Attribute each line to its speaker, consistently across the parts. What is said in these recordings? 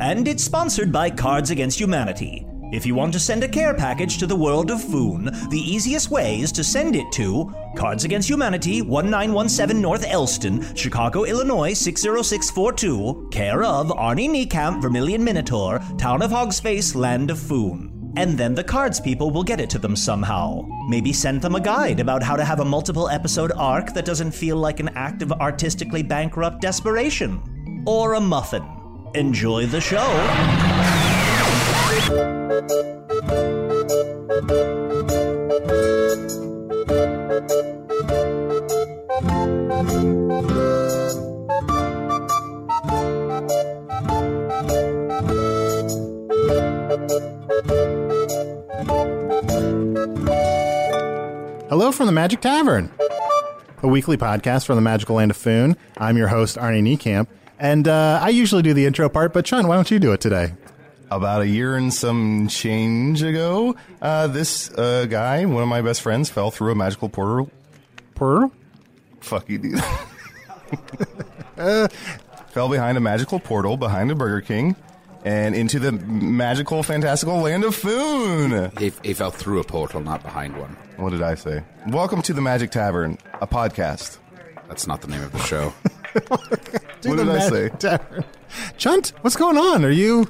Speaker 1: And it's sponsored by Cards Against Humanity. If you want to send a care package to the world of Foon, the easiest way is to send it to Cards Against Humanity, 1917 North Elston, Chicago, Illinois, 60642, care of Arnie Niekamp, Vermilion Minotaur, Town of Hogsface, Land of Foon and then the cards people will get it to them somehow. Maybe send them a guide about how to have a multiple episode arc that doesn't feel like an act of artistically bankrupt desperation. Or a muffin. Enjoy the show.
Speaker 2: Hello from the Magic Tavern, a weekly podcast from the magical land of Foon. I'm your host, Arnie Niekamp, and uh, I usually do the intro part, but Sean, why don't you do it today?
Speaker 3: about a year and some change ago, uh, this uh, guy, one of my best friends, fell through a magical portal.
Speaker 2: Pearl?
Speaker 3: Fuck you, dude. fell behind a magical portal behind a Burger King and into the magical, fantastical land of Foon.
Speaker 4: He, he fell through a portal, not behind one.
Speaker 3: What did I say? Welcome to the Magic Tavern, a podcast.
Speaker 4: That's not the name of the show.
Speaker 2: Do
Speaker 3: What
Speaker 2: the
Speaker 3: did I
Speaker 2: Magic Tavern. Chunt, what's going on? Are you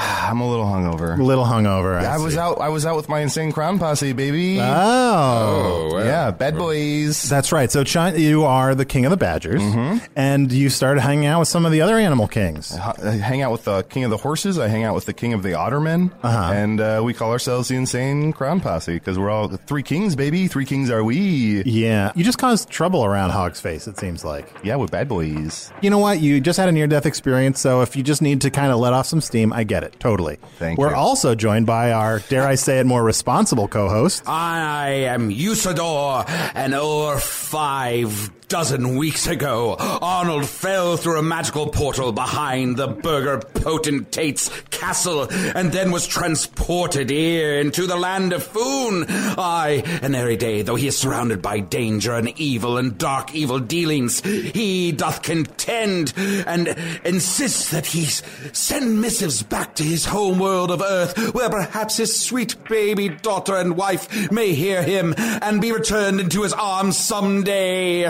Speaker 3: I'm a little
Speaker 2: a
Speaker 3: hungover.
Speaker 2: little hungover?
Speaker 3: I was
Speaker 2: see.
Speaker 3: out. I was out with my insane crown posse, baby.
Speaker 2: Oh.
Speaker 4: oh, wow.
Speaker 3: yeah, bad boys.
Speaker 2: That's right. So, Chunt, you are the king of the Badgers,
Speaker 3: Mm-hmm.
Speaker 2: and you started hanging out with some of the other animal kings.
Speaker 3: I hang out with the king of the horses. I hang out with the king of the ottermen, and uh, we call ourselves the insane crown posse because we're all three kings, baby. Three kings are we?
Speaker 2: Yeah. You just caused trouble around Hog's Face, it seems like.
Speaker 3: Yeah, we're bad boys.
Speaker 2: you know what? You just had a near death experience, so if you just need to kind of let off some steam, I get it. Totally.
Speaker 3: Thank
Speaker 2: We're
Speaker 3: you.
Speaker 2: also joined by our, dare I say it, more responsible co host.
Speaker 4: I am Usador, and over five dozen weeks ago, Arnold fell through a magical portal behind the Burger Potentate's castle, and then was transported here into the land of Foon. I, and every day, though he is surrounded by danger and evil and dark evil dealings, he doth contend and insists that he s- send missives back to his home world of Earth, where perhaps his sweet baby daughter and wife may hear him and be returned into his arms someday.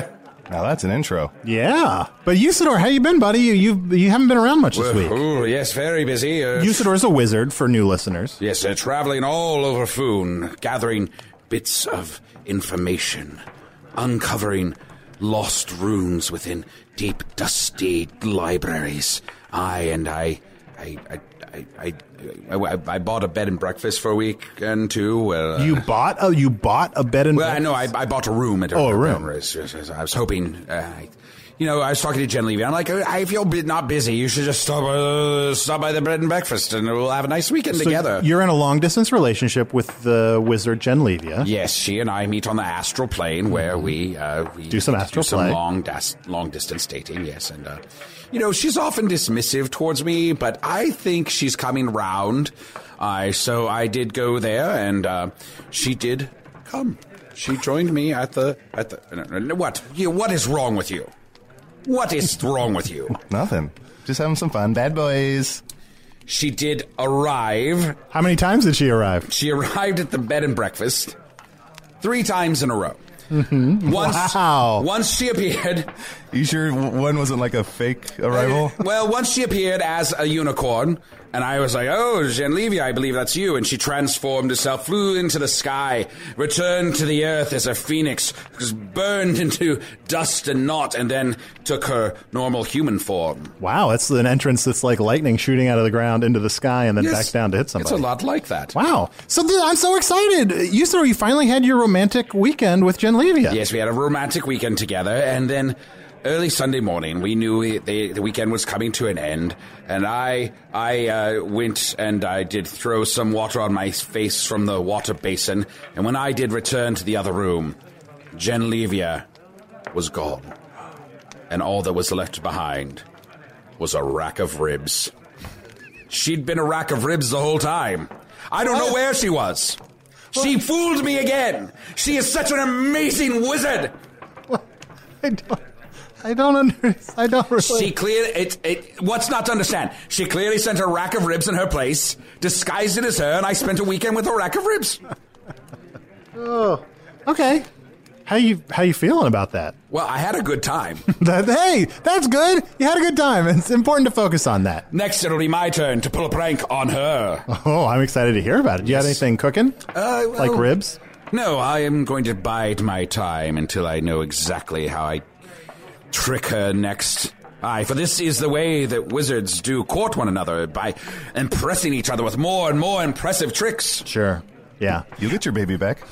Speaker 3: Now that's an intro.
Speaker 2: Yeah. But Usador, how you been, buddy? You you've, you haven't been around much this week.
Speaker 4: Oh, yes, very busy. Uh,
Speaker 2: Usador is a wizard for new listeners.
Speaker 4: yes, uh, traveling all over Foon, gathering bits of information, uncovering lost runes within deep, dusty libraries. I and I, I, I, I, I, I, I- I bought a bed and breakfast for a weekend too. Where, uh,
Speaker 2: You bought a you bought a bed and
Speaker 4: Well, I know I, I bought a room at
Speaker 2: Oh, a room.
Speaker 4: Yes, yes, yes. I was hoping. Uh, I, you know, I was talking to Jen Levy. I'm like, "Uh, if you're bu- not busy, you should just stop, uh, stop by the bread and breakfast and we'll have a nice weekend
Speaker 2: So
Speaker 4: together.
Speaker 2: You're in a long distance relationship with the wizard Genlevia.
Speaker 4: Yes, she and I meet on the astral plane where we uh, we
Speaker 2: Do some astral
Speaker 4: some
Speaker 2: play.
Speaker 4: long das- long distance dating. Yes, and uh, you know she's often dismissive towards me, but I think she's coming round. I so I did go there, and uh, she did come. She joined me at the at the no, no, no, what you, what is wrong with you? What is wrong with you?
Speaker 3: Nothing. Just having some fun. Bad boys.
Speaker 4: She did arrive.
Speaker 2: How many times did she arrive?
Speaker 4: She arrived at the bed and breakfast three times in a row. Once,
Speaker 2: Wow.
Speaker 4: once she appeared,
Speaker 3: You sure w- one wasn't like a fake arrival?
Speaker 4: well, once she appeared as a unicorn, and I was like, "Oh, Genlevia, I believe that's you." And she transformed herself, flew into the sky, returned to the earth as a phoenix, was burned into dust and naught, and then took her normal human form.
Speaker 2: Wow, that's an entrance that's like lightning shooting out of the ground into the sky and then
Speaker 4: Yes,
Speaker 2: back down to hit somebody.
Speaker 4: It's a lot like that.
Speaker 2: Wow. So th- I'm so excited. You said you finally had your romantic weekend with Genlevia.
Speaker 4: Yes, we had a romantic weekend together, and then early Sunday morning, we knew it- the, the weekend was coming to an end, and I I uh, went and I did throw some water on my face from the water basin, and when I did return to the other room, Genlevia was gone, and all that was left behind was a rack of ribs. She'd been a rack of ribs the whole time. I don't know where she was. She fooled me again. She is such an amazing wizard.
Speaker 2: I don't, I don't understand. I don't really.
Speaker 4: She clearly, it, it, what's not to understand? She clearly sent a rack of ribs in her place, disguised it as her, and I spent a weekend with a rack of ribs.
Speaker 2: okay. How you how you feeling about that?
Speaker 4: Well, I had a good time.
Speaker 2: That- Hey, that's good. You had a good time. It's important to focus on that.
Speaker 4: Next, it'll be my turn to pull a prank on her.
Speaker 2: Oh, I'm excited to hear about it. You had anything cooking?
Speaker 4: Uh,
Speaker 2: like
Speaker 4: well-
Speaker 2: ribs?
Speaker 4: No, I am going to bide my time until I know exactly how I trick her next. Aye, for this is the way that wizards do court one another by impressing each other with more and more impressive tricks.
Speaker 2: Sure. Yeah.
Speaker 3: You'll get your baby back.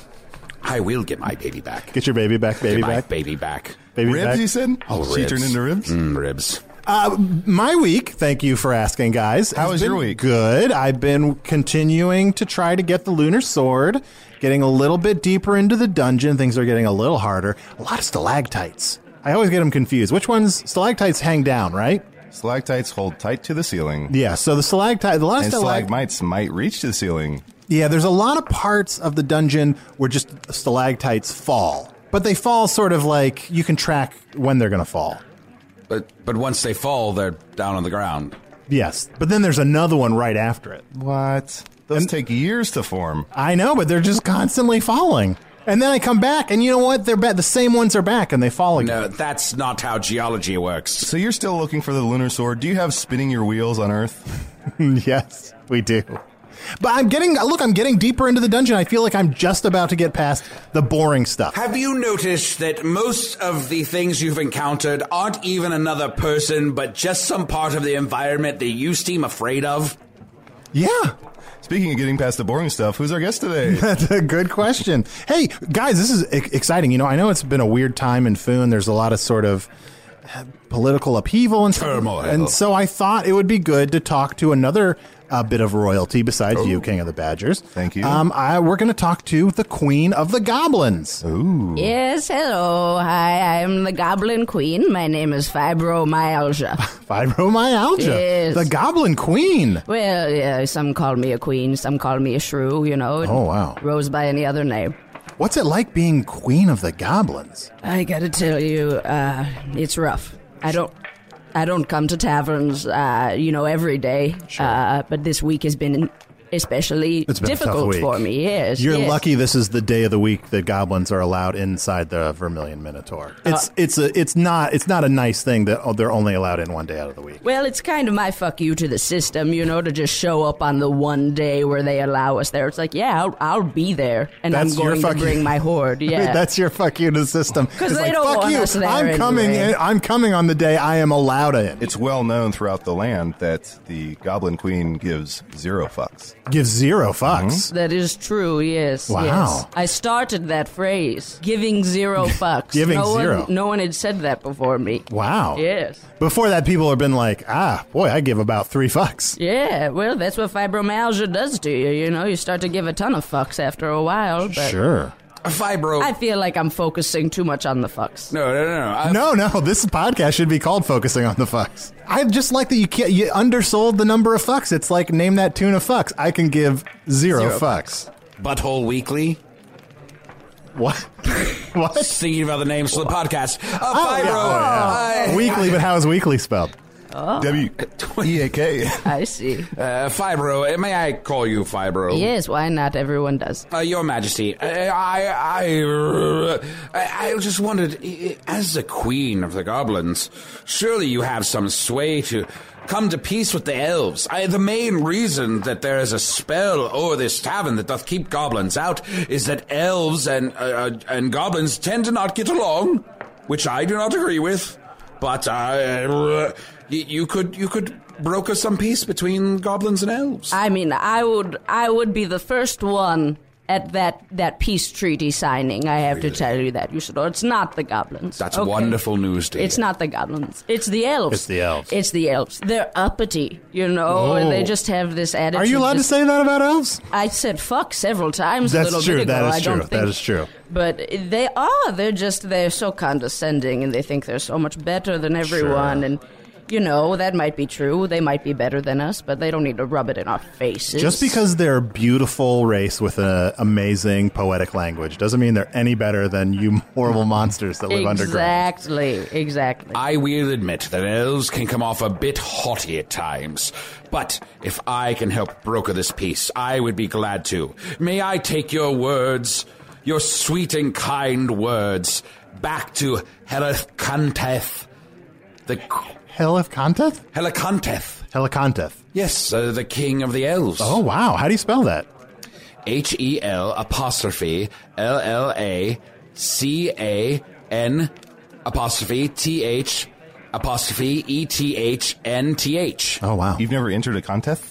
Speaker 4: I will get my baby back.
Speaker 2: Get your baby back, baby
Speaker 4: my
Speaker 2: back,
Speaker 4: baby back.
Speaker 2: baby
Speaker 3: ribs,
Speaker 2: back.
Speaker 3: you said?
Speaker 4: Oh,
Speaker 3: She
Speaker 4: ribs.
Speaker 3: turned into ribs?
Speaker 4: Mm, ribs.
Speaker 2: Uh, my week, thank you for asking, guys.
Speaker 3: How
Speaker 2: has
Speaker 3: was your
Speaker 2: been
Speaker 3: week?
Speaker 2: Good. I've been continuing to try to get the Lunar Sword, getting a little bit deeper into the dungeon. Things are getting a little harder. A lot of stalactites. I always get them confused. Which ones? Stalactites hang down, right?
Speaker 3: Stalactites hold tight to the ceiling.
Speaker 2: Yeah. So the stalactite, the lot of
Speaker 3: And
Speaker 2: stalact-
Speaker 3: stalagmites might reach the ceiling.
Speaker 2: Yeah, there's a lot of parts of the dungeon where just stalactites fall, but they fall sort of like you can track when they're going to fall.
Speaker 4: But but once they fall, they're down on the ground.
Speaker 2: Yes, but then there's another one right after it.
Speaker 3: What? Those take years to form.
Speaker 2: I know, but they're just constantly falling. And then I come back, and you know what? They're back. The same ones are back, and they fall again.
Speaker 4: No, that's not how geology works.
Speaker 3: So you're still looking for the lunar sword. Do you have spinning your wheels on Earth?
Speaker 2: yes, we do. But I'm getting look. I'm getting deeper into the dungeon. I feel like I'm just about to get past the boring stuff.
Speaker 4: Have you noticed that most of the things you've encountered aren't even another person, but just some part of the environment that you seem afraid of?
Speaker 2: Yeah,
Speaker 3: Speaking of getting past the boring stuff, who's our guest today?
Speaker 2: That's a good question. Hey, guys, this is e- exciting. You know, I know it's been a weird time in Foon. There's a lot of sort of uh, political upheaval and stuff.
Speaker 4: Turmoil.
Speaker 2: And so I thought it would be good to talk to another uh, bit of royalty besides you, King of the Badgers.
Speaker 3: Oh. Thank you.
Speaker 2: Um, I, we're going to talk to the Queen of the Goblins.
Speaker 5: Yes, hello. Hi, I am the Goblin Queen. My name is Fibromyalgia.
Speaker 2: Fibromyalgia.
Speaker 5: Yes.
Speaker 2: The Goblin Queen.
Speaker 5: well, yeah, some call me a queen, some call me a shrew, you know. it
Speaker 2: Oh, wow.
Speaker 5: Rose by any other name.
Speaker 2: What's it like being Queen of the Goblins?
Speaker 5: I gotta tell you, uh, it's rough. I don't. I don't come to taverns, uh, you know, every day. Uh, but this week has been especially
Speaker 2: It's been a tough
Speaker 5: difficult
Speaker 2: week.
Speaker 5: for me. Yes,
Speaker 2: You're
Speaker 5: yes.
Speaker 2: lucky this is the day of the week that goblins are allowed inside the Vermilion Minotaur.
Speaker 5: Uh,
Speaker 2: It's it's a it's not it's not a nice thing that oh, they're only allowed in one day out of the week.
Speaker 5: Well, it's kind of my fuck you to the system, you know, to just show up on the one day where they allow us there. It's like, yeah, I'll, I'll be there, and
Speaker 2: That's
Speaker 5: I'm
Speaker 2: your
Speaker 5: going to
Speaker 2: fuck you.
Speaker 5: bring my horde. Yeah,
Speaker 2: That's your fuck you to the system.
Speaker 5: 'Cause
Speaker 2: It's
Speaker 5: they
Speaker 2: like,
Speaker 5: don't
Speaker 2: fuck
Speaker 5: want
Speaker 2: you.
Speaker 5: us there
Speaker 2: I'm coming
Speaker 5: anyway.
Speaker 2: in, I'm coming on the day I am allowed in.
Speaker 3: it's well known throughout the land that the Goblin Queen gives zero fucks.
Speaker 2: Give zero fucks.
Speaker 5: That is true, yes.
Speaker 2: Wow.
Speaker 5: yes. I started that phrase, giving zero fucks.
Speaker 2: Giving
Speaker 5: no
Speaker 2: zero.
Speaker 5: One, no one had said that before me.
Speaker 2: Wow.
Speaker 5: Yes.
Speaker 2: Before that, people have been like, ah, boy, I give about three fucks.
Speaker 5: Yeah, well, that's what fibromyalgia does to you, you know? You start to give a ton of fucks after a while, but
Speaker 2: Sure.
Speaker 4: Fibro.
Speaker 5: I feel like I'm focusing too much on the fucks.
Speaker 4: no, no, no, no. I-
Speaker 2: No, no, this podcast should be called Focusing on the Fucks. I just like that you can't, you undersold the number of fucks. It's like, name that tune of fucks. I can give zero,
Speaker 4: Zero
Speaker 2: fucks.
Speaker 4: Butthole Weekly.
Speaker 2: What? what?
Speaker 4: Thinking about the names for the podcast. Uh,
Speaker 2: Oh, yeah.
Speaker 4: Fibro.
Speaker 2: Oh, yeah.
Speaker 4: uh,
Speaker 2: weekly, but how is weekly spelled?
Speaker 5: Oh.
Speaker 3: W E A K.
Speaker 5: I see.
Speaker 4: uh, Fibro. uh, May I call you Fibro?
Speaker 5: Yes, why not? Everyone does.
Speaker 4: Uh, Your Majesty, I, I, I, I I just wondered, i- i- as the Queen of the Goblins, surely you have some sway to come to peace with the elves. I, the main reason that there is a spell o'er this tavern that doth keep goblins out is that elves and uh, uh, and goblins tend to not get along, which I do not agree with. But I, y- you could you could broker some peace between goblins and elves.
Speaker 5: I mean, I would I would be the first one at that that peace treaty signing. I have to tell you that, Usador. It's not the goblins.
Speaker 4: That's
Speaker 5: okay?
Speaker 4: wonderful news, dear.
Speaker 5: It's not the goblins. It's the elves.
Speaker 2: It's the elves.
Speaker 5: It's the elves. They're uppity, you know. and They
Speaker 2: Oh.
Speaker 5: just have this attitude.
Speaker 2: Are you allowed to
Speaker 5: just-
Speaker 2: say that about elves?
Speaker 5: I said fuck several times.
Speaker 2: That's
Speaker 5: a little
Speaker 2: true,
Speaker 5: Bit ago.
Speaker 2: that is
Speaker 5: I don't
Speaker 2: true,
Speaker 5: think-
Speaker 2: that is true.
Speaker 5: But they are. They're just. They're so condescending, and they think they're so much better than everyone. And you know that might be true. They might be better than us, but they don't need to rub it in our faces.
Speaker 2: Just because they're a beautiful race with an amazing poetic language doesn't mean they're any better than you horrible monsters that live underground.
Speaker 5: Exactly. Exactly.
Speaker 4: I will admit that elves can come off a bit haughty at times, but if I can help broker this peace, I would be glad to. May I take your words, your sweet and kind words, back to Helicanteth, the
Speaker 2: Helicanteth?
Speaker 4: Helicanteth.
Speaker 2: Helicanteth.
Speaker 4: Yes, uh, the king of the elves.
Speaker 2: Oh, wow. How do you spell that?
Speaker 4: H E L apostrophe L L A C A N apostrophe T H apostrophe E T H N T H.
Speaker 2: Oh, wow.
Speaker 3: You've never entered a contest?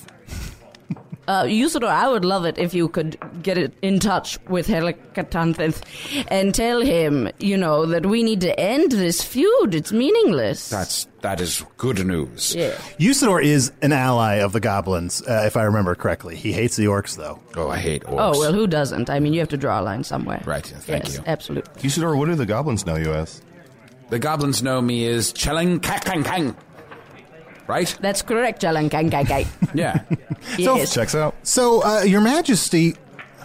Speaker 5: Uh, Usador, I would love it if you could get it in touch with Helicatantheth and tell him, you know, that we need to end this feud. It's meaningless.
Speaker 4: That's that is good news.
Speaker 5: yeah.
Speaker 2: Usador is an ally of the goblins, uh, if I remember correctly. He hates the orcs, though.
Speaker 4: Oh, I hate orcs.
Speaker 5: Oh well, who doesn't? I mean, you have to draw a line somewhere.
Speaker 4: Right, yeah, thank
Speaker 5: yes,
Speaker 4: you.
Speaker 5: Absolutely.
Speaker 3: Usador, what do the goblins know you as?
Speaker 4: the goblins know me as Chelang Kang Kang. Right?
Speaker 5: That's correct, Jalan Kangakai.
Speaker 4: Yeah.
Speaker 5: Uh, yes.
Speaker 3: Checks out.
Speaker 2: So, uh, Your Majesty,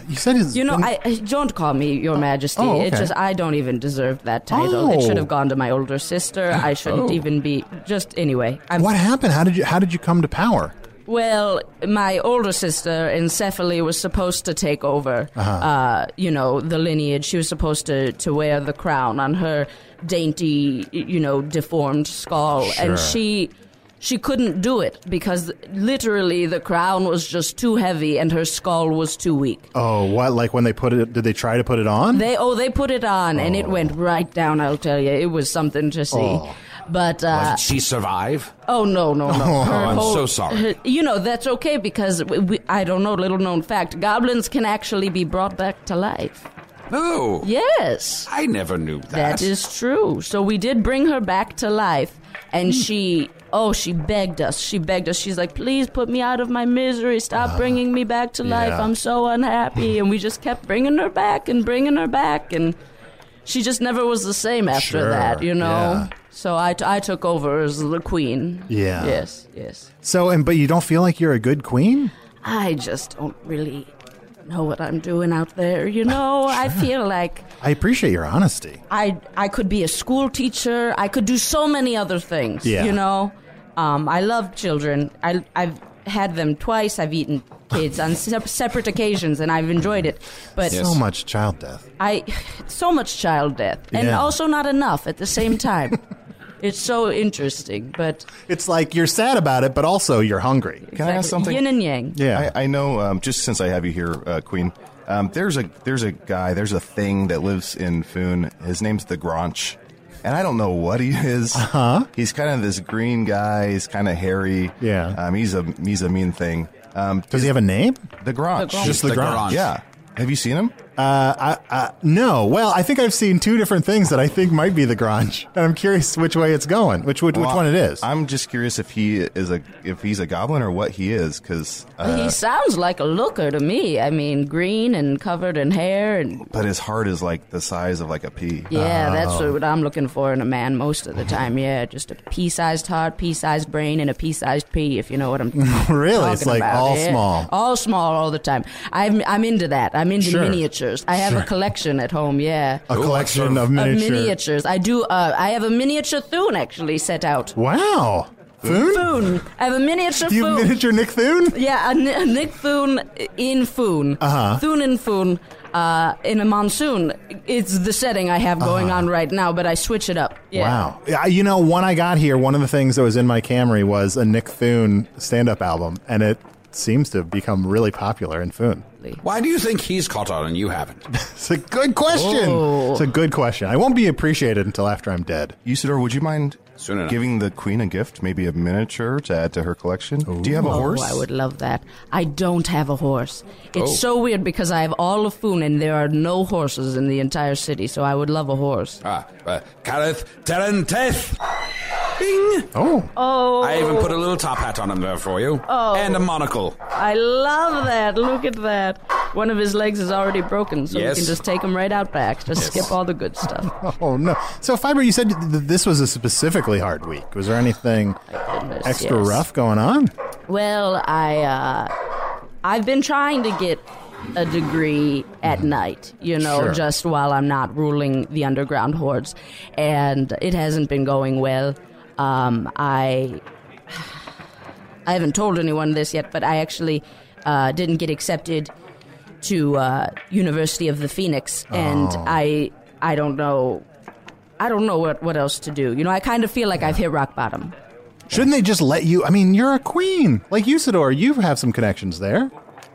Speaker 2: you said his.
Speaker 5: you know, I, I don't call me Your Majesty.
Speaker 2: Mm. oh,
Speaker 5: It's
Speaker 2: okay.
Speaker 5: just I don't even deserve that title. It
Speaker 2: Oh.
Speaker 5: should have gone to my older sister. I shouldn't even be. Just anyway, I'm
Speaker 2: What happened? How did you? How did you come to power?
Speaker 5: Well, my older sister, Encephaly, was supposed to take over, uh you know, the lineage. She was supposed to, to wear the crown on her dainty, you know, deformed skull. And she she couldn't do it because literally the crown was just too heavy and her skull was too weak.
Speaker 2: Oh, what? Like when they put it? Did they try to put it on?
Speaker 5: They oh they put it on and it went right down. I'll tell you, it was something to see. But uh,
Speaker 4: Did she survive?
Speaker 5: Oh no no no! Her
Speaker 4: I'm so sorry.
Speaker 5: her- you know that's okay because we, we, I don't know. Little known fact: goblins can actually be brought back to life.
Speaker 4: No.
Speaker 5: Yes,
Speaker 4: I never knew that.
Speaker 5: that is true. So we did bring her back to life, and she oh she begged us. She begged us. She's like, please put me out of my misery. Stop bringing me back to life.
Speaker 2: yeah.
Speaker 5: I'm so unhappy. and we just kept bringing her back and bringing her back, and she just never was the same after
Speaker 2: Sure,
Speaker 5: that. You know.
Speaker 2: yeah.
Speaker 5: So I, t- I took over as the queen.
Speaker 2: Yeah.
Speaker 5: Yes. Yes.
Speaker 2: so, and but you don't feel like you're a good queen.
Speaker 5: I just don't really know what I'm doing out there, you know? I feel like
Speaker 2: I appreciate your honesty.
Speaker 5: I I could be a school teacher. I could do so many other things,
Speaker 2: Yeah.
Speaker 5: you know? Um, I love children. I, I've had them twice. I've eaten kids on se- separate occasions, and I've enjoyed it. But
Speaker 2: So much child death.
Speaker 5: I so much child death, and
Speaker 2: Yeah.
Speaker 5: also not enough at the same time. it's so interesting, but
Speaker 2: It's like you're sad about it, but also you're hungry.
Speaker 3: Can I ask something?
Speaker 5: yin and yang.
Speaker 2: Yeah.
Speaker 3: I, I know. Um, just since I have you here, uh, Queen, um, there's a there's a guy, there's a thing that lives in Foon. His name's the Gronch, and I don't know what he is. Uh-huh. He's kind of this green guy. He's kind of hairy.
Speaker 2: Yeah.
Speaker 3: Um, he's a he's a mean thing. Um,
Speaker 2: Does he have a name?
Speaker 3: the Gronch?
Speaker 5: Gronch.
Speaker 2: Just the Gronch.
Speaker 3: Yeah. Have you seen him?
Speaker 2: Uh, No. Well, I think I've seen two different things that I think might be the Grunge, and I'm curious which way it's going, which which, which
Speaker 3: Well,
Speaker 2: one it is.
Speaker 3: I'm just curious if he is a if he's a goblin or what he is uh, because
Speaker 5: he sounds like a looker to me. I mean, green and covered in hair, and
Speaker 3: but his heart is like the size of like a pea.
Speaker 5: yeah, that's
Speaker 2: Oh.
Speaker 5: what I'm looking for in a man most of the time. Yeah, just a pea-sized heart, pea-sized brain, and a pea-sized pea. If you know what I'm
Speaker 2: really,
Speaker 5: talking
Speaker 2: it's like
Speaker 5: about, Oh.
Speaker 2: all
Speaker 5: yeah.
Speaker 2: small.
Speaker 5: all small all the time. I'm I'm into that. I'm into
Speaker 2: Sure.
Speaker 5: miniatures. I have a collection at home. Yeah.
Speaker 2: a
Speaker 4: Ooh,
Speaker 2: collection
Speaker 4: sort
Speaker 2: of
Speaker 4: of-
Speaker 2: miniature.
Speaker 5: Of miniatures. I do. Uh, I have a miniature Thune actually set out.
Speaker 2: Wow. Thune?
Speaker 5: Thune. I have a miniature
Speaker 2: You
Speaker 5: Thune.
Speaker 2: miniature Nick Thune?
Speaker 5: yeah, a, Ni- a Nick Thune in Foon. Uh-huh. Thune in Foon. Uh, in a monsoon. It's the setting I have going on right now, but I switch it up. Yeah.
Speaker 2: Uh-huh. Wow. Yeah, You know, when I got here, one of the things that was in my Camry was a Nick Thune stand up album, and it seems to have become really popular in Thune.
Speaker 4: Why do you think he's caught on and you haven't?
Speaker 2: It's a good question.
Speaker 5: Oh.
Speaker 2: It's a good question. I won't be appreciated until after I'm dead.
Speaker 3: Usador, would you mind
Speaker 4: Soon enough.
Speaker 3: giving the queen a gift, maybe a miniature to add to her collection? Do you have a horse? Oh.
Speaker 5: Oh, I would love that. I don't have a horse. It's so weird because I have all of Foon and there are no horses in the entire city, so I would love a horse.
Speaker 4: Ah, uh, Kareth Terenteth. Bing!
Speaker 2: Oh.
Speaker 5: Oh,
Speaker 4: I even put a little top hat on him there for you. Oh. And a monocle.
Speaker 5: I love that. Look at that. One of his legs is already broken, so
Speaker 4: Yes.
Speaker 5: we can just take him right out back. Just skip all the good stuff.
Speaker 2: Oh, no. So, Fiber, you said th- th- this was a specifically hard week. Was there anything
Speaker 5: Goodness,
Speaker 2: extra
Speaker 5: yes.
Speaker 2: rough going on?
Speaker 5: Well, I uh, I've been trying to get a degree at night, you know,
Speaker 2: Sure.
Speaker 5: just while I'm not ruling the underground hordes, and it hasn't been going well. Um, I I haven't told anyone this yet, but I actually uh, didn't get accepted to uh, University of the Phoenix, and I I don't know. I don't know what, what else to do. You know, I kind of feel like I've hit rock bottom.
Speaker 2: Shouldn't they just let you? I mean, you're a queen. Like Usador, you have some connections there.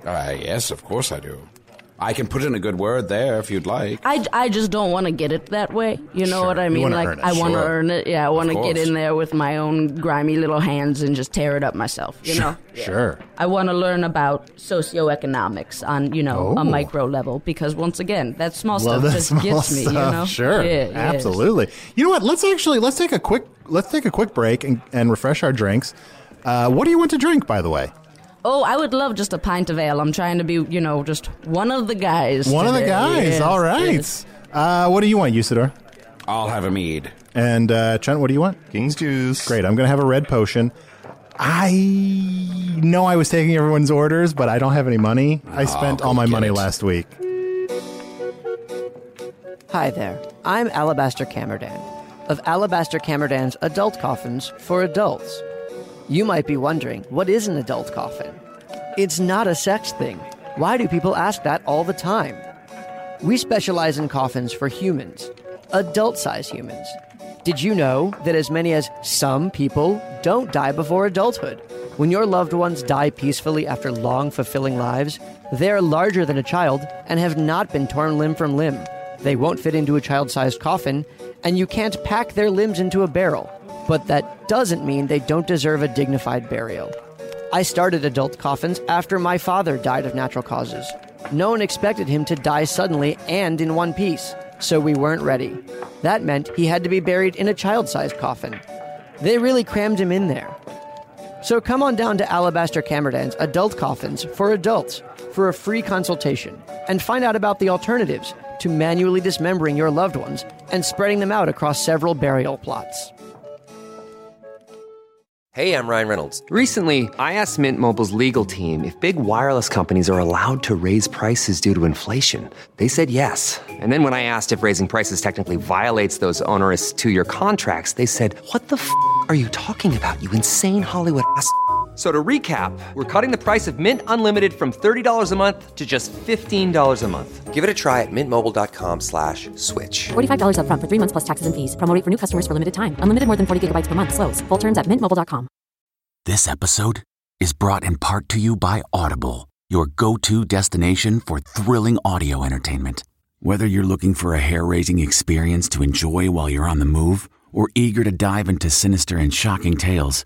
Speaker 4: Ah, yes, of course I do. I can put in a good word there if you'd like.
Speaker 5: I, I just don't want to get it that way. You know
Speaker 2: Sure.
Speaker 5: what I
Speaker 2: You
Speaker 5: mean?
Speaker 2: wanna
Speaker 5: Like
Speaker 2: earn it,
Speaker 5: I want to
Speaker 4: sure.
Speaker 5: earn it. Yeah, I want to get
Speaker 4: course.
Speaker 5: in there with my own grimy little hands and just tear it up myself. You know? Yeah.
Speaker 2: Sure.
Speaker 5: I want to learn about socioeconomics on you know
Speaker 2: Oh.
Speaker 5: a micro level because once again that small
Speaker 2: Love
Speaker 5: stuff
Speaker 2: that
Speaker 5: just
Speaker 2: small
Speaker 5: gets me. You
Speaker 2: stuff.
Speaker 5: know?
Speaker 2: Sure.
Speaker 5: Yeah, yeah.
Speaker 2: Absolutely. You know what? Let's actually let's take a quick let's take a quick break and, and refresh our drinks. Uh, what do you want to drink, by the way?
Speaker 5: Oh, I would love just a pint of ale. I'm trying to be you know just one of the guys.
Speaker 2: One of the
Speaker 5: today.
Speaker 2: guys.
Speaker 5: Yes,
Speaker 2: All right.
Speaker 5: yes.
Speaker 2: Uh, what do you want, Usador?
Speaker 4: I'll have a mead.
Speaker 2: And uh, Chunt, what do you want?
Speaker 3: King's juice.
Speaker 2: Great. I'm going to have a red potion. I know I was taking everyone's orders, but I don't have any money. I spent
Speaker 4: Ah, go
Speaker 2: all my
Speaker 4: get
Speaker 2: money
Speaker 4: it.
Speaker 2: last week.
Speaker 6: Hi there. I'm Alabaster Camerdan of Alabaster Camerdan's Adult Coffins for Adults. You might be wondering, what is an adult coffin? It's not a sex thing. Why do people ask that all the time? We specialize in coffins for humans, adult size humans. Did you know that as many as some people don't die before adulthood? When your loved ones die peacefully after long, fulfilling lives, they are larger than a child and have not been torn limb from limb. They won't fit into a child sized coffin, and you can't pack their limbs into a barrel. But that doesn't mean they don't deserve a dignified burial. I started adult coffins after my father died of natural causes. No one expected him to die suddenly and in one piece, so we weren't ready. That meant he had to be buried in a child sized coffin. They really crammed him in there. So come on down to Alabaster Camerdan's Adult Coffins for Adults for a free consultation and find out about the alternatives to manually dismembering your loved ones and spreading them out across several burial plots.
Speaker 7: Hey, I'm Ryan Reynolds. Recently, I asked Mint Mobile's legal team if big wireless companies are allowed to raise prices due to inflation. They said yes. And then when I asked if raising prices technically violates those onerous two year contracts, they said, What the f are you talking about, you insane Hollywood ass? f- So to recap, we're cutting the price of Mint Unlimited from $30 a month to just $15 a month. Give it a try at mintmobile.com slash switch.
Speaker 8: $45 upfront for three months plus taxes and fees. Promote for new customers for limited time. Unlimited more than 40 gigabytes per month. Slows. Full terms at mintmobile.com.
Speaker 9: This episode is brought in part to you by Audible, your go to destination for thrilling audio entertainment. Whether you're looking for a hair raising experience to enjoy while you're on the move or eager to dive into sinister and shocking tales,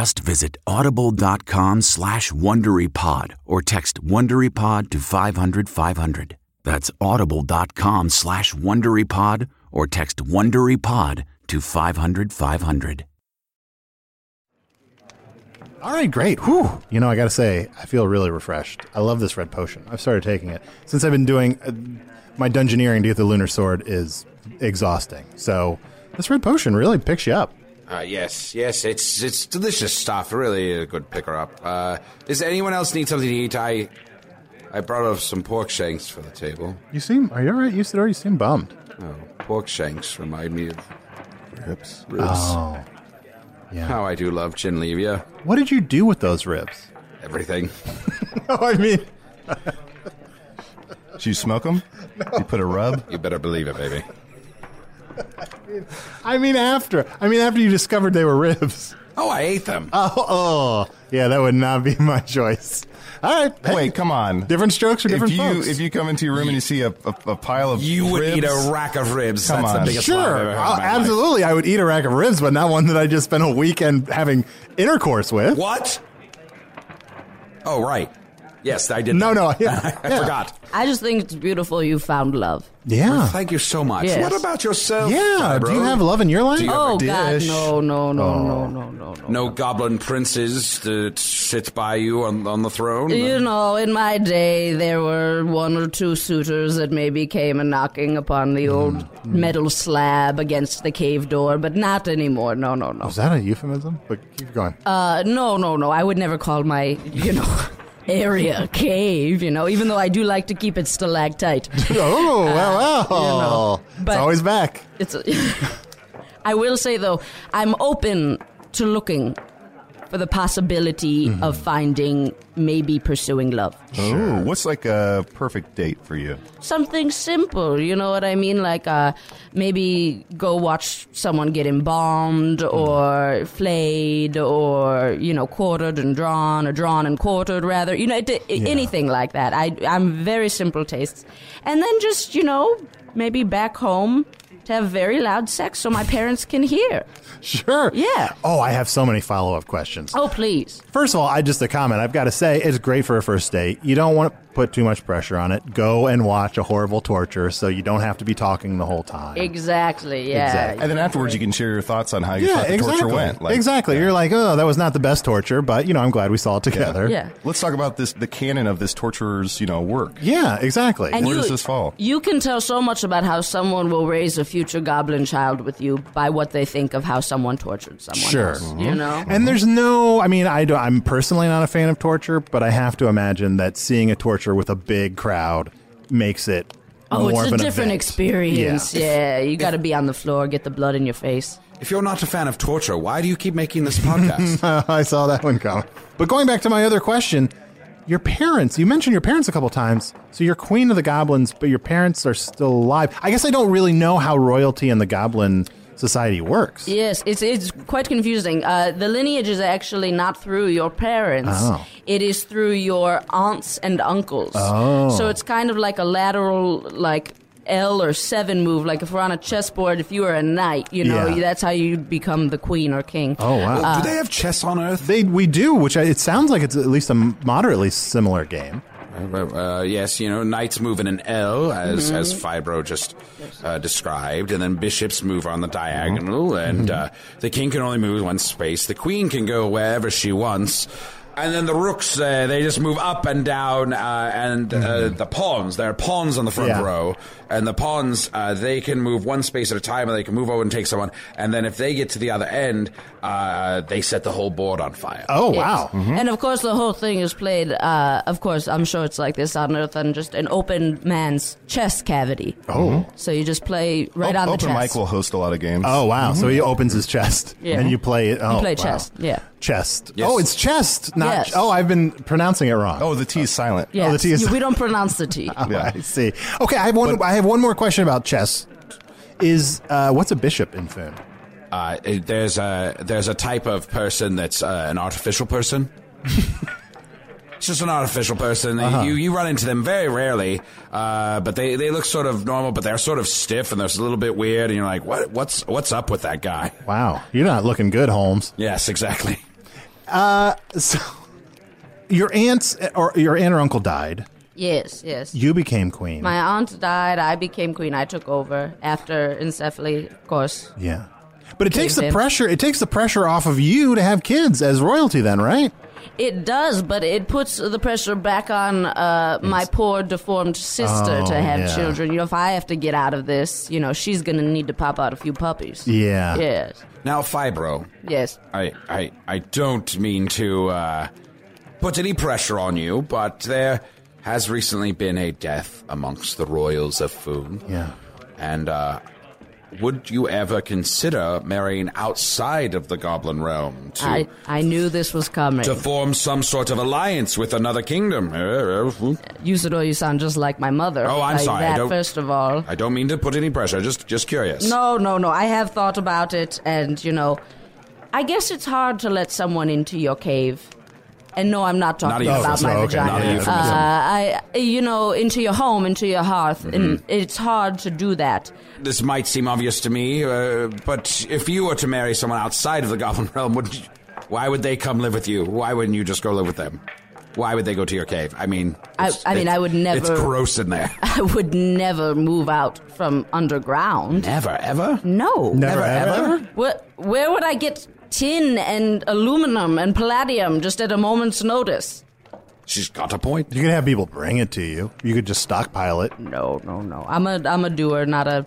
Speaker 9: Just visit audible.com slash WonderyPod or text WonderyPod to 500 500. That's audible.com slash WonderyPod or text WonderyPod to 500 500.
Speaker 2: All right, great. Whew. You know, I got to say, I feel really refreshed. I love this red potion. I've started taking it. Since I've been doing uh, my dungeoneering to get the lunar sword is exhausting. So, this red potion really picks you up.
Speaker 4: Uh, yes, yes, it's it's delicious stuff. Really a good picker up. Uh, does anyone else need something to eat? I I brought up some pork shanks for the table.
Speaker 2: You seem, are you all right, Usador? You seem bummed.
Speaker 4: Oh, pork shanks remind me of ribs. Ribs.
Speaker 2: Oh. Yeah.
Speaker 4: How I do love Chinlevia.
Speaker 2: What did you do with those ribs?
Speaker 4: Everything.
Speaker 2: no, Oh, I mean,
Speaker 3: Did you smoke them? You put a rub?
Speaker 4: You better believe it, baby.
Speaker 2: I mean after. I mean after you discovered they were ribs.
Speaker 4: Oh, I ate them.
Speaker 2: Oh, oh. yeah, that would not be my choice. All right, hey,
Speaker 3: Wait, come on.
Speaker 2: different strokes for
Speaker 3: If
Speaker 2: different
Speaker 3: you
Speaker 2: folks.
Speaker 3: if you come into your room and you see a, a, a pile of
Speaker 4: You would
Speaker 3: ribs,
Speaker 4: eat a rack of ribs.
Speaker 3: Come
Speaker 4: That's the
Speaker 3: on.
Speaker 4: biggest lie I've
Speaker 2: Sure, Oh,
Speaker 4: ever heard in
Speaker 2: I'll-
Speaker 4: my life.
Speaker 2: absolutely. I would eat a rack of ribs, but not one that I just spent a weekend having intercourse with.
Speaker 4: What? Oh, right. Yes, I did.
Speaker 2: No,
Speaker 4: that.
Speaker 2: no, yeah,
Speaker 4: I
Speaker 2: yeah.
Speaker 4: forgot.
Speaker 5: I just think it's beautiful you found love.
Speaker 2: yeah,
Speaker 4: Thank you so much.
Speaker 5: Yes.
Speaker 4: What about yourself?
Speaker 2: yeah. Do you
Speaker 4: Fibro?
Speaker 2: have Oh. love in your life?
Speaker 4: Do you-
Speaker 5: Oh God,
Speaker 3: dish.
Speaker 5: no, no, no, no, no, no, no.
Speaker 4: no goblin princes that sit by you on, on the throne?
Speaker 5: You know, in my day, there were one or two suitors that maybe came a knocking upon the old metal slab against the cave door, but not anymore. No, no, no.
Speaker 2: Was Oh, that a euphemism? But keep going.
Speaker 5: Uh, no, no, no. I would never call my, you know, area cave, you know, even though I do like to keep it stalactite.
Speaker 2: oh, well, well.
Speaker 5: uh, but-
Speaker 2: it's always back.
Speaker 5: It's. A, I will say though, I'm open to looking for the possibility of finding, maybe pursuing love.
Speaker 3: Oh, what's like a perfect date for you?
Speaker 5: Something simple, you know what I mean? Like uh, maybe go watch someone get embalmed
Speaker 3: Mm.
Speaker 5: or flayed or, you know, quartered and drawn or drawn and quartered rather. You know, it, it- anything like that. I, I'm very simple tastes. And then just, you know, maybe back home to have very loud sex so my parents can hear.
Speaker 2: Sure.
Speaker 5: Yeah.
Speaker 2: Oh, I have so many follow up questions.
Speaker 5: Oh, please.
Speaker 2: First of all, I just a comment. I've got to say, it's great for a first date. You don't want to put too much pressure on it. Go and watch a horrible torture, so you don't have to be talking the whole time.
Speaker 5: Exactly. Yeah.
Speaker 2: Exactly.
Speaker 3: And then afterwards, you can share your thoughts on how you
Speaker 2: yeah,
Speaker 3: thought the
Speaker 2: exactly.
Speaker 3: torture went. Like,
Speaker 2: exactly. You're like, oh, that was not the best torture, but you know, I'm glad we saw it together.
Speaker 5: Yeah.
Speaker 3: Let's talk about this the canon of this torturer's, you know, work.
Speaker 2: Yeah, exactly.
Speaker 5: And
Speaker 3: Where
Speaker 5: you,
Speaker 3: does this fall?
Speaker 5: You can tell so much about how someone will raise a future goblin child with you by what they think of how someone tortured someone.
Speaker 2: Sure. Mm-hmm.
Speaker 5: else,
Speaker 3: Mm-hmm.
Speaker 5: you know.
Speaker 2: And there's no, I mean, I do, I'm personally not a fan of torture, but I have to imagine that seeing a torture with a big crowd makes it
Speaker 5: Oh,
Speaker 2: more of
Speaker 5: it's a
Speaker 2: an
Speaker 5: different
Speaker 2: event.
Speaker 5: experience.
Speaker 2: Yeah.
Speaker 5: Yeah, you got to be on the floor, get the blood in your face.
Speaker 4: If you're not a fan of torture, why do you keep making this podcast?
Speaker 2: I saw that one coming. But going back to my other question, your parents, you mentioned your parents a couple times. So you're queen of the goblins, but your parents are still alive. I guess I don't really know how royalty and the goblin society works.
Speaker 5: Yes, it's it's quite confusing. Uh, the lineage is actually not through your parents.
Speaker 2: Oh.
Speaker 5: It is through your aunts and uncles. Oh. So it's kind of like a lateral like L or seven move. Like if we're on a chessboard, if you were a knight, you know
Speaker 2: Yeah.
Speaker 5: that's how you become the queen or king.
Speaker 2: Oh, wow.
Speaker 5: Uh,
Speaker 4: do they have chess on Earth?
Speaker 2: They, we do, which I, it sounds like it's at least a moderately similar game.
Speaker 4: Uh, yes, you know, knights move in an L, as as Fibro just uh, described, and then bishops move on the diagonal, and uh, the king can only move one space. The queen can go wherever she wants. And then the rooks, uh, they just move up and down, uh, and uh, the pawns. There are pawns on the front
Speaker 2: Yeah.
Speaker 4: row, and the pawns uh, they can move one space at a time, and they can move over and take someone. And then if they get to the other end, uh, they set the whole board on fire.
Speaker 2: Oh,
Speaker 5: And of course, the whole thing is played. Uh, of course, I'm sure it's like this on Earth, on just an open man's chest cavity.
Speaker 3: Oh.
Speaker 2: Mm-hmm.
Speaker 5: So you just play right
Speaker 3: O-
Speaker 5: on the
Speaker 3: Open
Speaker 5: chest.
Speaker 3: mic will host a lot of games.
Speaker 2: Oh wow! So he opens his chest,
Speaker 5: Mm-hmm. Yeah.
Speaker 2: and you play it.
Speaker 5: You
Speaker 2: Oh,
Speaker 5: play
Speaker 2: wow.
Speaker 5: chest, yeah.
Speaker 2: Chest.
Speaker 3: Yes.
Speaker 2: Oh, it's chest, not.
Speaker 5: Yes.
Speaker 2: Oh, I've been pronouncing it wrong.
Speaker 3: Oh, the T is silent.
Speaker 5: Yes.
Speaker 2: Oh, the T is. Ah.
Speaker 5: You- we don't pronounce the T.
Speaker 3: Yeah.
Speaker 2: Oh, I see. Okay, I have one. I have one more question about chess. Is uh, what's a bishop in Finn?
Speaker 4: Uh, it- there's a there's a type of person that's uh, an artificial person. it's just an artificial person. They- You you run into them very rarely, uh, but they, they look sort of normal, but they're sort of stiff and they're a little bit weird. And you're like, what what's what's up with that guy?
Speaker 2: Wow, you're not looking good, Holmes.
Speaker 4: Yes, exactly.
Speaker 2: So, your aunts or your aunt or uncle died.
Speaker 5: Yes, yes.
Speaker 2: You became queen.
Speaker 5: My aunt died. I became queen. I took over after encephaly, of course.
Speaker 2: yeah, but it takes
Speaker 5: Came
Speaker 2: the
Speaker 5: in.
Speaker 2: pressure. It takes the pressure off of you to have kids as royalty, then, right?
Speaker 5: It does, but it puts the pressure back on uh, my poor deformed sister
Speaker 2: Oh,
Speaker 5: to have
Speaker 2: yeah.
Speaker 5: children. You know, if I have to get out of this, you know, she's going to need to pop out a few puppies.
Speaker 2: Yeah.
Speaker 5: Yes.
Speaker 4: Now, Fibro,
Speaker 5: Yes.
Speaker 4: I I I don't mean to uh, put any pressure on you, but there has recently been a death amongst the royals of Foon.
Speaker 2: Yeah.
Speaker 4: And uh, would you ever consider marrying outside of the Goblin Realm to
Speaker 5: I, I knew this was coming.
Speaker 4: to form some sort of alliance with another kingdom? Uh,
Speaker 5: Usador, you sound just like my mother.
Speaker 4: Oh, I'm
Speaker 5: Like
Speaker 4: sorry, I
Speaker 5: That,
Speaker 4: don't-
Speaker 5: first of all.
Speaker 4: I don't mean to put any pressure. Just just curious.
Speaker 5: No, no, no. I have thought about it, and, you know, I guess it's hard to let someone into your cave. And no, I'm not
Speaker 4: Not a
Speaker 5: talking about
Speaker 4: euphemism.
Speaker 5: my
Speaker 2: Oh, okay.
Speaker 5: vagina.
Speaker 4: Not a
Speaker 2: Yeah.
Speaker 4: euphemism.
Speaker 5: Uh, I, you know, into your home, into your hearth,
Speaker 4: Mm-hmm.
Speaker 5: and it's hard to do that.
Speaker 4: This might seem obvious to me, uh, but if you were to marry someone outside of the Goblin Realm, would you, why would they come live with you? Why wouldn't you just go live with them? Why would they go to your cave? I mean,
Speaker 5: I-
Speaker 4: it's-
Speaker 5: I mean,
Speaker 4: it's-
Speaker 5: I would never-
Speaker 4: It's gross in there.
Speaker 5: I would never move out from underground.
Speaker 4: Never, ever.
Speaker 5: No.
Speaker 2: Never,
Speaker 4: ever?
Speaker 5: Where, where would I get tin and aluminum and palladium just at a moment's notice?
Speaker 4: She's got a point.
Speaker 2: You could have people bring it to you. You could just stockpile it.
Speaker 5: No, no, no. I'm a I'm a doer, not a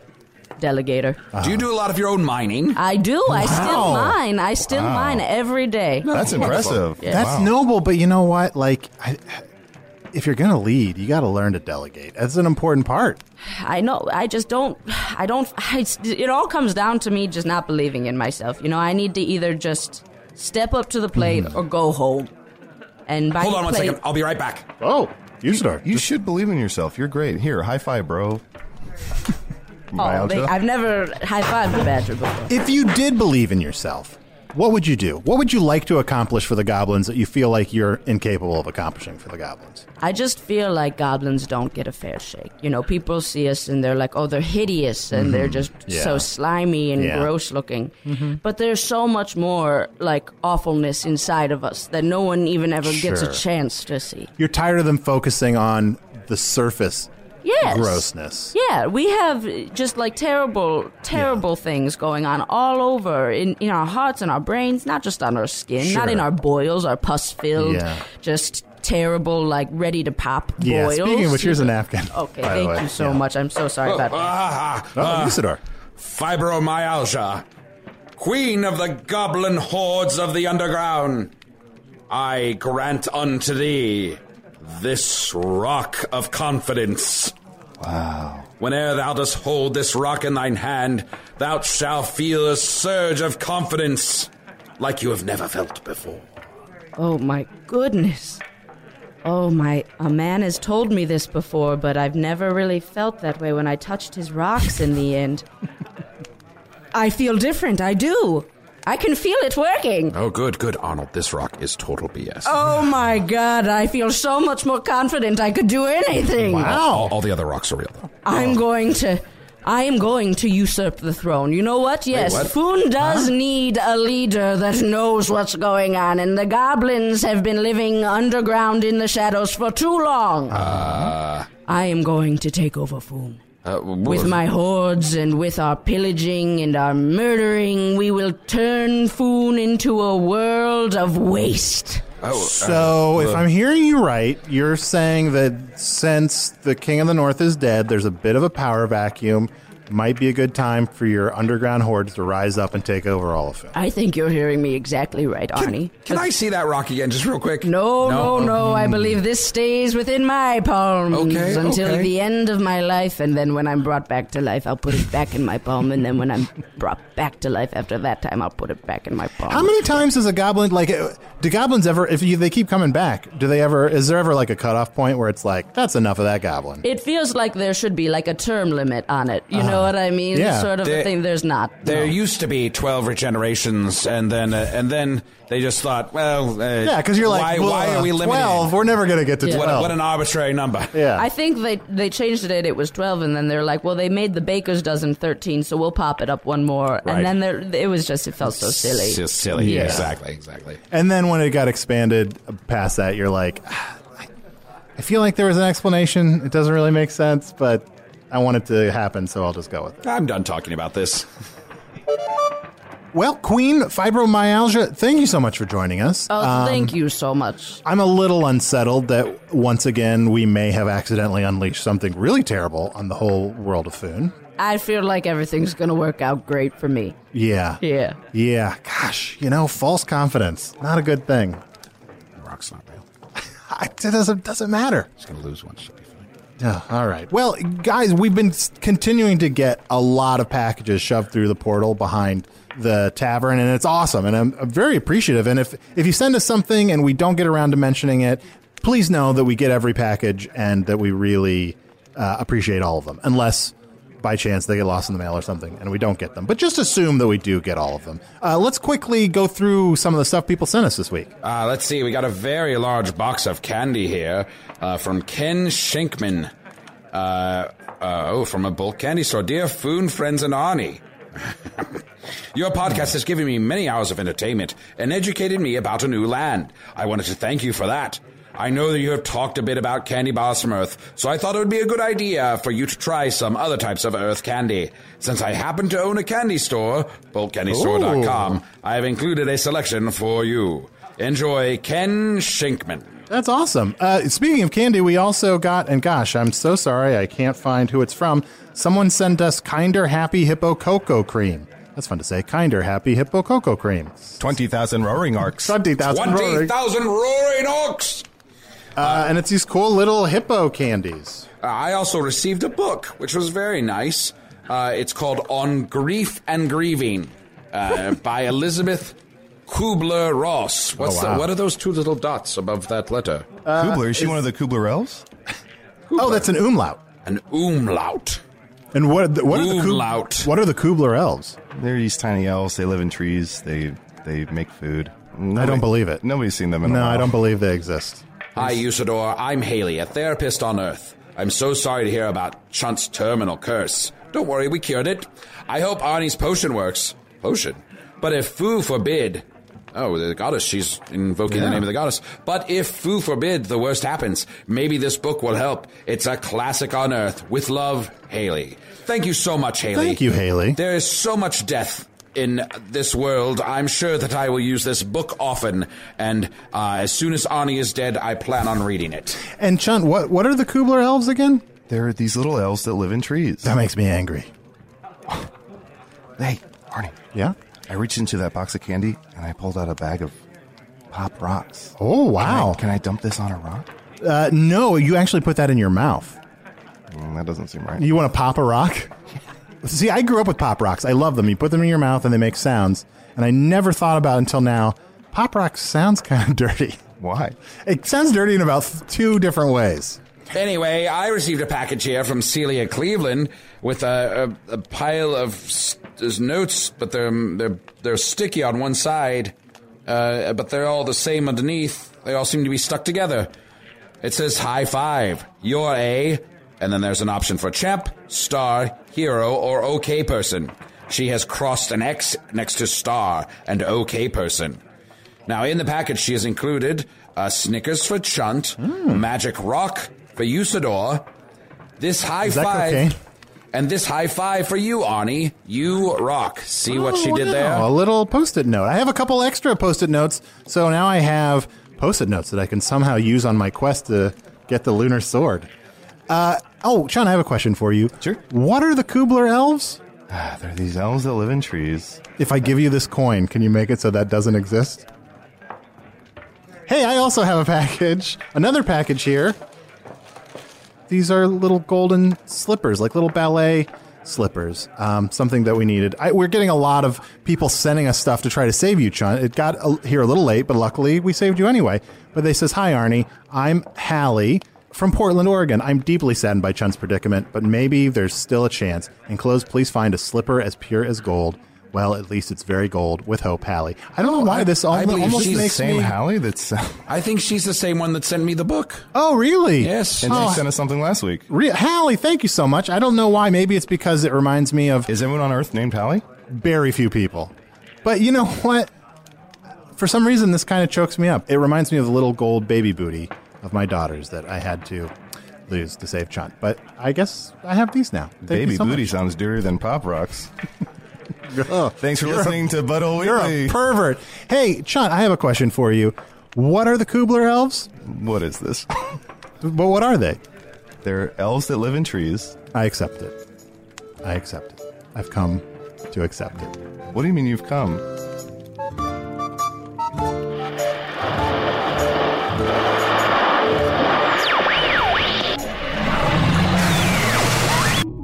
Speaker 5: delegator.
Speaker 4: Do you do a lot of your own mining?
Speaker 5: I do. I still
Speaker 2: Wow.
Speaker 5: mine. I still mine every day.
Speaker 3: That's impressive.
Speaker 2: That's
Speaker 3: Wow.
Speaker 2: noble, but you know what? Like, I, if you're gonna lead, you got to learn to delegate. That's an important part.
Speaker 5: I know. I just don't. I don't. I, it all comes down to me just not believing in myself. You know, I need to either just step up to the plate or go home. And by
Speaker 4: Hmm. Hold
Speaker 5: the
Speaker 4: on one
Speaker 5: plate,
Speaker 4: second. I'll be right back.
Speaker 2: Oh, you start.
Speaker 3: You should believe in yourself. You're great. Here, high five, bro.
Speaker 5: Oh, they-
Speaker 3: Myalgia.
Speaker 5: I've never high fived a badger before.
Speaker 2: if you did believe in yourself, what would you do? What would you like to accomplish for the goblins that you feel like you're incapable of accomplishing for the goblins?
Speaker 5: I just feel like goblins don't get a fair shake. You know, people see us and they're like, oh, they're hideous and they're just
Speaker 2: Mm-hmm. Yeah.
Speaker 5: so slimy and
Speaker 2: Yeah.
Speaker 5: gross looking. But there's so much more like awfulness inside of us that no one even ever gets
Speaker 2: Sure.
Speaker 5: a chance to see.
Speaker 2: You're tired of them focusing on the surface
Speaker 5: Yes.
Speaker 2: grossness.
Speaker 5: Yeah, we have uh, just like terrible, terrible things going on all over in, in our hearts and our brains, not just on our skin, not in
Speaker 2: Sure.
Speaker 5: our boils, our pus filled,
Speaker 2: Yeah.
Speaker 5: just terrible, like ready to pop
Speaker 2: Yeah,
Speaker 5: boils.
Speaker 2: speaking of which, here's a napkin.
Speaker 5: Okay,
Speaker 2: by the
Speaker 5: thank
Speaker 2: way.
Speaker 5: you so
Speaker 2: Yeah.
Speaker 5: much. I'm so sorry about that.
Speaker 4: Ah,
Speaker 2: Oh, Usador.
Speaker 4: fibromyalgia, queen of the goblin hordes of the underground. I grant unto thee this rock of confidence. Wow. Whene'er thou dost hold this rock in thine hand, thou shalt feel a surge of confidence like you have never felt before.
Speaker 5: Oh my goodness. Oh my, a man has told me this before, but I've never really felt that way when I touched his rocks in the end. I feel different, I do. I can feel it working.
Speaker 4: Oh, good, good, Arnold. This rock is total BS.
Speaker 5: Oh my god, I feel so much more confident I could do anything.
Speaker 4: All, all the other rocks are real, though.
Speaker 5: I'm going to. I am going to usurp the throne. You know what? Yes,
Speaker 4: what?
Speaker 5: Foon does need a leader that knows what's going on, and the goblins have been living underground in the shadows for too long.
Speaker 4: Ah.
Speaker 5: I am going to take over Foon.
Speaker 4: Uh,
Speaker 5: With my hordes and with our pillaging and our murdering, we will turn Foon into a world of waste.
Speaker 4: Oh,
Speaker 2: So,
Speaker 4: uh,
Speaker 2: if
Speaker 4: uh,
Speaker 2: I'm hearing you right, you're saying that since the King of the North is dead, there's a bit of a power vacuum. Might be a good time for your underground hordes to rise up and take over all of it.
Speaker 5: I think you're hearing me exactly right, Arnie.
Speaker 4: Can I see that rock again, just real quick?
Speaker 5: No, no, no. I believe this stays within my palms
Speaker 4: Mm. Okay,
Speaker 5: until
Speaker 4: okay.
Speaker 5: the end of my life, and then when I'm brought back to life, I'll put it back in my palm, and then when I'm brought back to life after that time, I'll put it back in my palm.
Speaker 2: How many times does a goblin like? uh, Do goblins ever? If you, they keep coming back, do they ever? Is there ever like a cutoff point where it's like that's enough of that goblin?
Speaker 5: It feels like there should be like a term limit on it. You know
Speaker 4: Uh-huh.
Speaker 5: what I mean?
Speaker 4: Yeah.
Speaker 5: Sort of a
Speaker 4: They-
Speaker 5: thing. There's not.
Speaker 4: There used to be twelve regenerations, and then uh, and then they just thought, well, uh,
Speaker 2: Yeah, because you're like,
Speaker 4: why,
Speaker 2: well,
Speaker 4: why
Speaker 2: uh,
Speaker 4: are we limiting?
Speaker 2: twelve? We're never gonna get to
Speaker 5: Yeah.
Speaker 4: What,
Speaker 2: twelve.
Speaker 4: what an arbitrary number.
Speaker 2: Yeah.
Speaker 5: I think they they changed it. It was twelve, and then they're like, "Well, they made the baker's dozen thirteen, so we'll pop it up one more."
Speaker 4: Right.
Speaker 5: And then there, it was just it felt so silly.
Speaker 4: It's just silly.
Speaker 2: Yeah.
Speaker 4: Exactly. Exactly.
Speaker 2: And then when it got expanded past that, you're like, "Ah, I, I feel like there was an explanation. It doesn't really make sense, but I want it to happen, so I'll just go with it.
Speaker 4: I'm done talking about this.
Speaker 2: Well, Queen Fibromyalgia, thank you so much for joining us.
Speaker 5: Oh,
Speaker 4: Um,
Speaker 5: thank you so much.
Speaker 2: I'm a little unsettled that once again we may have accidentally unleashed something really terrible on the whole world of Foon.
Speaker 5: I feel like everything's gonna work out great for me.
Speaker 2: Yeah.
Speaker 5: Yeah.
Speaker 2: Yeah. Gosh, you know, false confidence. Not a good thing.
Speaker 4: Rock's not real.
Speaker 2: It doesn't, doesn't matter.
Speaker 4: Just gonna lose one. Should be fine.
Speaker 2: Yeah, all right. Well, guys, we've been s- continuing to get a lot of packages shoved through the portal behind the tavern, and it's awesome. And I'm, I'm very appreciative. And if if you send us something and we don't get around to mentioning it, please know that we get every package and that we really uh, appreciate all of them, unless by chance they get lost in the mail or something and we don't get them. But just assume that we do get all of them. Uh, let's quickly go through some of the stuff people sent us this week.
Speaker 4: Uh, let's see. We got a very large box of candy here uh, from Ken Schenkman. Uh, uh, oh, from a bulk candy store. Dear Foon, friends, and Arnie. Your podcast has given me many hours of entertainment and educated me about a new land. I wanted to thank you for that. I know that you have talked a bit about candy bars from Earth, so I thought it would be a good idea for you to try some other types of Earth candy. Since I happen to own a candy store, bulkcandystore.com, I have included a selection for you. Enjoy Ken Schenkman.
Speaker 2: That's awesome. Uh, speaking of candy, we also got, and gosh, I'm so sorry, I can't find who it's from. Someone sent us Kinder Happy Hippo Cocoa Cream. That's fun to say. Kinder Happy Hippo Cocoa Cream.
Speaker 3: 20,000 roaring arcs.
Speaker 2: 20,000 roaring.
Speaker 4: 20,000 roaring orcs!
Speaker 2: Uh, and it's these cool little hippo candies.
Speaker 4: Uh, I also received a book, which was very nice. Uh, it's called On Grief and Grieving uh, by Elizabeth Kubler Ross. What's
Speaker 3: Oh, wow.
Speaker 4: the, what are those two little dots above that letter?
Speaker 5: uh,
Speaker 3: Kubler, is she one of the Kubler-Elves?
Speaker 2: Oh, that's an umlaut.
Speaker 4: An umlaut.
Speaker 2: And what, what, are, the
Speaker 4: Umlaut.
Speaker 2: Kub- what are the Kubler elves?
Speaker 3: They're these tiny elves. They live in trees. They they make food.
Speaker 2: I don't believe it.
Speaker 3: Nobody's seen them in a
Speaker 2: No,
Speaker 3: while.
Speaker 2: I don't believe they exist.
Speaker 4: Hi, Usador. I'm Haley, a therapist on Earth. I'm so sorry to hear about Chunt's terminal curse. Don't worry, we cured it. I hope Arnie's potion works. Potion? But if Fu forbid. Oh, the goddess, she's invoking the
Speaker 3: Yeah.
Speaker 4: name of the goddess. But if Fu forbid the worst happens, maybe this book will help. It's a classic on Earth. With love, Haley. Thank you so much, Haley.
Speaker 2: Thank you, Haley.
Speaker 4: There is so much death in this world. I'm sure that I will use this book often, and uh, as soon as Arnie is dead, I plan on reading it.
Speaker 2: And Chunt, what, what are the Kubler elves again?
Speaker 3: They're these little elves that live in trees.
Speaker 2: That makes me angry.
Speaker 3: Hey, Arnie.
Speaker 2: Yeah?
Speaker 3: I reached into that box of candy and I pulled out a bag of pop rocks.
Speaker 2: Oh, wow.
Speaker 3: Can I, can I dump this on a rock?
Speaker 2: Uh, no, you actually put that in your mouth.
Speaker 3: Mm, that doesn't seem right.
Speaker 2: You want to pop a rock? See, I grew up with pop rocks. I love them. You put them in your mouth and they make sounds. And I never thought about until now. Pop rock sounds kind of dirty.
Speaker 3: Why?
Speaker 2: It sounds dirty in about th- two different ways.
Speaker 4: Anyway, I received a package here from Celia Cleveland with a, a, a pile of s- there's notes, but they're they're they're sticky on one side, uh, but they're all the same underneath. They all seem to be stuck together. It says high five. You're a, and then there's an option for champ, star, hero, or okay person. She has crossed an X next to star and okay person. Now, in the package, she has included uh, Snickers for Chunt,
Speaker 2: Hmm.
Speaker 4: Magic Rock for Usador, this high
Speaker 2: Is that
Speaker 4: five,
Speaker 2: cocaine?
Speaker 4: and this high five for you, Arnie. You rock. See what she
Speaker 2: Oh,
Speaker 4: did
Speaker 2: wow,
Speaker 4: there?
Speaker 2: A little post it note. I have a couple extra post it notes. So now I have post-it notes that I can somehow use on my quest to get the lunar sword. Uh, oh, Sean, I have a question for you. Sure. What are the Kubler elves?
Speaker 3: They're these elves that live in trees.
Speaker 2: If I give you this coin, can you make it so that doesn't exist? Hey, I also have a package. Another package here. These are little golden slippers, like little ballet slippers. Um, something that we needed. I, we're getting a lot of people sending us stuff to try to save you, Chun. It got a, here a little late, but luckily we saved you anyway. But they says, "Hi, Arnie. I'm Hallie from Portland, Oregon. I'm deeply saddened by Chun's predicament, but maybe there's still a chance. Enclosed, please find a slipper as pure as gold." Well, at least it's very gold with hope, Hallie. I don't know why this al-
Speaker 4: I believe
Speaker 2: almost
Speaker 4: she's the
Speaker 2: makes
Speaker 4: same
Speaker 2: me
Speaker 3: Hallie that's.
Speaker 4: I think she's the same one that sent me the book.
Speaker 2: Oh, really?
Speaker 4: Yes.
Speaker 3: And she
Speaker 2: Oh.
Speaker 3: sent us something last week.
Speaker 2: Re- Hallie, thank you so much. I don't know why. Maybe it's because it reminds me of.
Speaker 3: Is anyone on Earth named Hallie?
Speaker 2: Very few people. But you know what? For some reason, this kind of chokes me up. It reminds me of the little gold baby booty of my daughter's that I had to lose to save Chunt. But I guess I have these now. Thank
Speaker 3: Baby
Speaker 2: you so
Speaker 3: booty
Speaker 2: much.
Speaker 3: sounds dirtier than Pop Rocks. Oh, Thanks for
Speaker 2: You're a-
Speaker 3: listening to Bud Old
Speaker 2: You're
Speaker 3: Weekly.
Speaker 2: a pervert. Hey, Chunt, I have a question for you. What are the Kubler elves?
Speaker 3: What is this?
Speaker 2: But what are they?
Speaker 3: They're elves that live in trees.
Speaker 2: I accept it. I accept it. I've come to accept it.
Speaker 3: What do you mean you've come?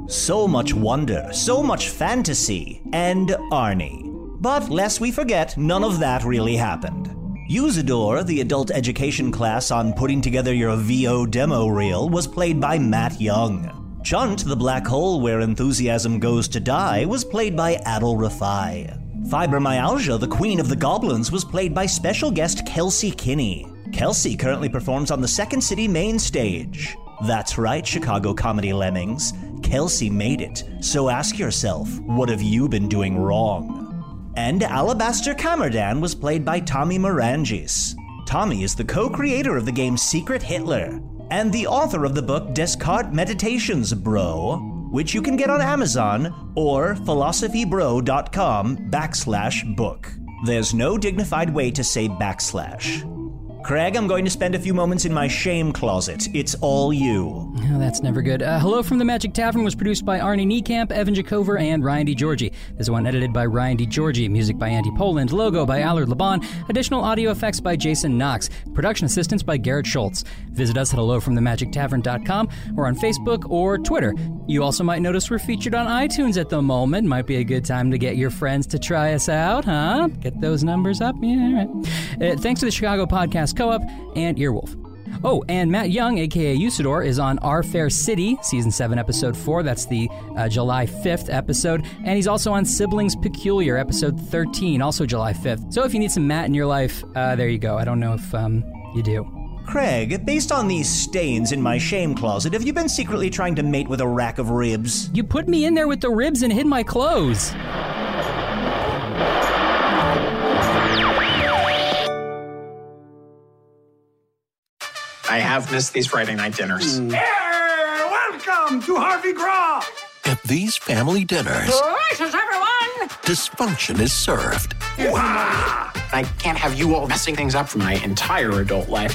Speaker 1: So much wonder, so much fantasy, and Arnie. But lest we forget, none of that really happened. Usador, the adult education class on putting together your VO demo reel, was played by Matt Young. Chunt, the black hole where enthusiasm goes to die, was played by Adil Rafai. Fibromyalgia, the queen of the goblins, was played by special guest Kelsey Kinney. Kelsey currently performs on the Second City main stage. That's right, Chicago comedy lemmings. Kelsey made it, so ask yourself, what have you been doing wrong? And Alabaster Camerdan was played by Tommy Morangis. Tommy is the co creator of the game Secret Hitler and the author of the book Descartes Meditations, Bro, which you can get on Amazon or philosophybro.com backslash book. There's no dignified way to say backslash. Craig, I'm going to spend a few moments in my shame closet. It's all you.
Speaker 10: Oh, that's never good. Uh, Hello from the Magic Tavern was produced by Arnie Niekamp, Evan Jacover, and Ryan DiGiorgi. This one edited by Ryan DiGiorgi, music by Andy Poland, logo by Allard Laban, additional audio effects by Jason Knox, production assistance by Garrett Schultz. Visit us at hellofromthemagictavern.com or on Facebook or Twitter. You also might notice we're featured on iTunes at the moment. Might be a good time to get your friends to try us out, huh? Get those numbers up. Yeah, all right. Uh, thanks to the Chicago Podcast Co-op and Earwolf. Oh, and Matt Young, aka Usador, is on Our Fair City, season seven, episode four. That's the uh, July fifth episode, and he's also on Siblings Peculiar, episode thirteen, also July fifth. So if you need some Matt in your life, uh, there you go. I don't know if um, you do.
Speaker 1: Craig, based on these stains in my shame closet, have you been secretly trying to mate with a rack of ribs?
Speaker 10: You put me in there with the ribs and hid my clothes.
Speaker 11: I have missed these Friday night dinners.
Speaker 12: welcome to Harvey Graw.
Speaker 13: At these family dinners,
Speaker 12: Gracious, everyone!
Speaker 13: dysfunction is served.
Speaker 11: I can't have you all messing things up for my entire adult life.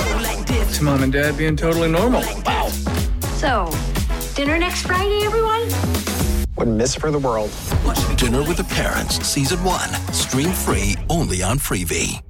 Speaker 14: It's mom and dad being totally normal. Wow.
Speaker 15: So, dinner next Friday, everyone?
Speaker 13: Wouldn't miss for the world. Dinner with the Parents, Season 1. Stream free only on Freevee.